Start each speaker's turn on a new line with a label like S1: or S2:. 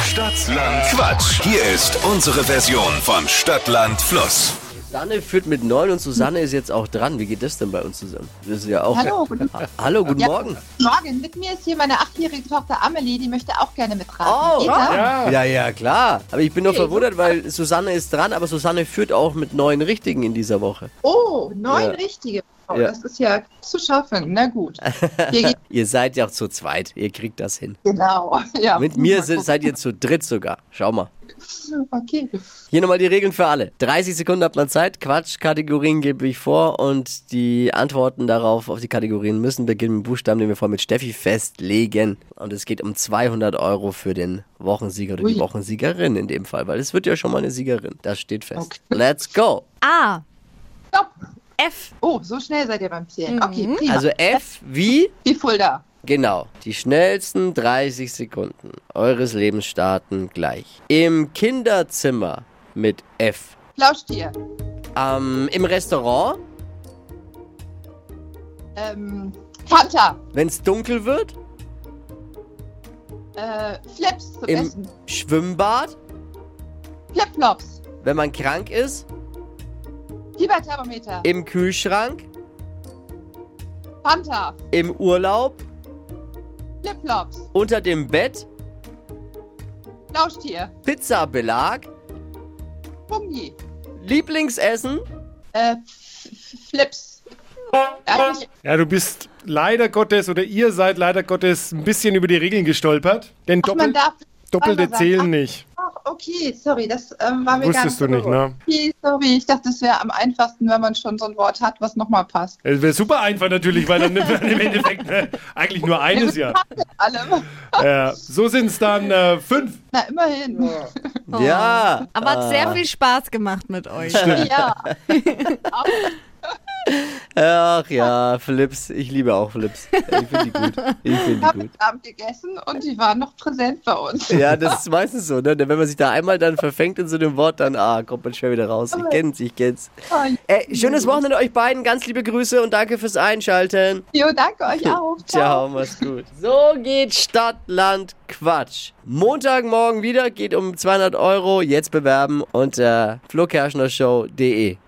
S1: Stadtland Quatsch. Hier ist unsere Version von Stadtland Fluss.
S2: Susanne führt mit 9 und Susanne ist jetzt auch dran. Wie geht das denn bei uns zusammen? Das ist ja auch.
S3: Hallo, guten Morgen.
S2: Hallo, guten
S3: Ja.
S2: Morgen.
S3: Morgen, mit mir ist hier meine achtjährige Tochter Amelie, die möchte auch gerne mitraten.
S2: Oh,
S3: Geht das?
S2: ja. ja, ja, klar. Aber ich bin noch verwundert, weil Susanne ist dran, aber Susanne führt auch mit neun Richtigen in dieser Woche.
S3: oh neun
S2: Ja.
S3: richtige. Oh,
S2: Ja.
S3: Das ist ja zu schaffen. Na gut. Hier geht's
S2: Ihr seid ja auch zu zweit. Ihr kriegt das hin.
S3: genau. Ja.
S2: Mit mir
S3: Mal
S2: sind, seid ihr zu dritt sogar. Schau mal.
S3: gucken. Okay.
S2: Hier nochmal die Regeln für alle. 30 Sekunden hat man Zeit. Quatschkategorien gebe ich vor und die Antworten darauf auf die Kategorien müssen beginnen mit dem Buchstaben, den wir vorher mit Steffi festlegen. Und es geht um 200 Euro für den Wochensieger oder die
S3: Ui.
S2: Wochensiegerin in dem Fall, weil es wird ja schon mal eine Siegerin. Das steht fest.
S3: Okay.
S2: Let's go.
S4: A.
S3: Stopp.
S4: F.
S3: Oh, so schnell seid ihr beim Zählen. Okay, prima.
S2: Also F wie?
S3: die Fulda.
S2: Genau. Die schnellsten 30 Sekunden eures Lebens starten gleich. Im Kinderzimmer mit F.
S3: Plauschtier.
S2: Ähm, Im Restaurant,
S3: Ähm, Fanta.
S2: wenn es dunkel wird.
S3: Äh, Flips zum
S2: Im-
S3: Essen.
S2: Schwimmbad,
S3: Flipflops.
S2: wenn man krank ist,
S3: Fieberthermometer.
S2: im Kühlschrank,
S3: Fanta.
S2: im Urlaub,
S3: Flipflops.
S2: unter dem Bett,
S3: Plauschtier.
S2: Pizzabelag,
S3: Fungi.
S2: Lieblingsessen,
S3: Äh, F- F- Flips. Eigentlich
S5: Ja, du bist leider Gottes oder ihr seid leider Gottes ein bisschen über die Regeln gestolpert. Denn
S3: Ach, man
S5: doppel,
S3: darf
S5: doppelte
S3: zweimal sagen.
S5: zählen nicht.
S3: Ach, okay, sorry, das ähm, war mir gar
S5: Wusstest du nicht,
S3: bewusst.
S5: ne?
S3: Okay, sorry, ich dachte, es wäre am einfachsten, wenn man schon so ein Wort hat, was nochmal passt.
S5: Es wäre super einfach natürlich, weil dann nimmt man im Endeffekt ne, eigentlich nur eines ja.
S3: Allem.
S5: Äh, so sind es dann äh, fünf.
S3: Na, immerhin.
S4: Oh.
S2: Ja.
S4: Aber
S2: Ah.
S4: hat sehr viel Spaß gemacht mit euch.
S3: Ja. Auch
S2: Ach ja, Flips. Ich liebe auch Flips. Ich finde die gut. Ich finde die
S3: haben
S2: gut.
S3: wir Abend gegessen und die waren noch präsent bei uns.
S2: Ja, das ist meistens so, ne? Denn Wenn man sich da einmal dann verfängt in so einem Wort, dann ah, kommt man schwer wieder raus. Ich kenn's, ich kenn's. Äh, schönes Wochenende euch beiden, ganz liebe Grüße und danke fürs Einschalten.
S3: Jo, danke euch auch.
S2: Ciao, mach's gut. So geht Stadt, Land, Quatsch. Montagmorgen wieder, geht um 200 Euro. Jetzt bewerben unter flokerschnershow.de.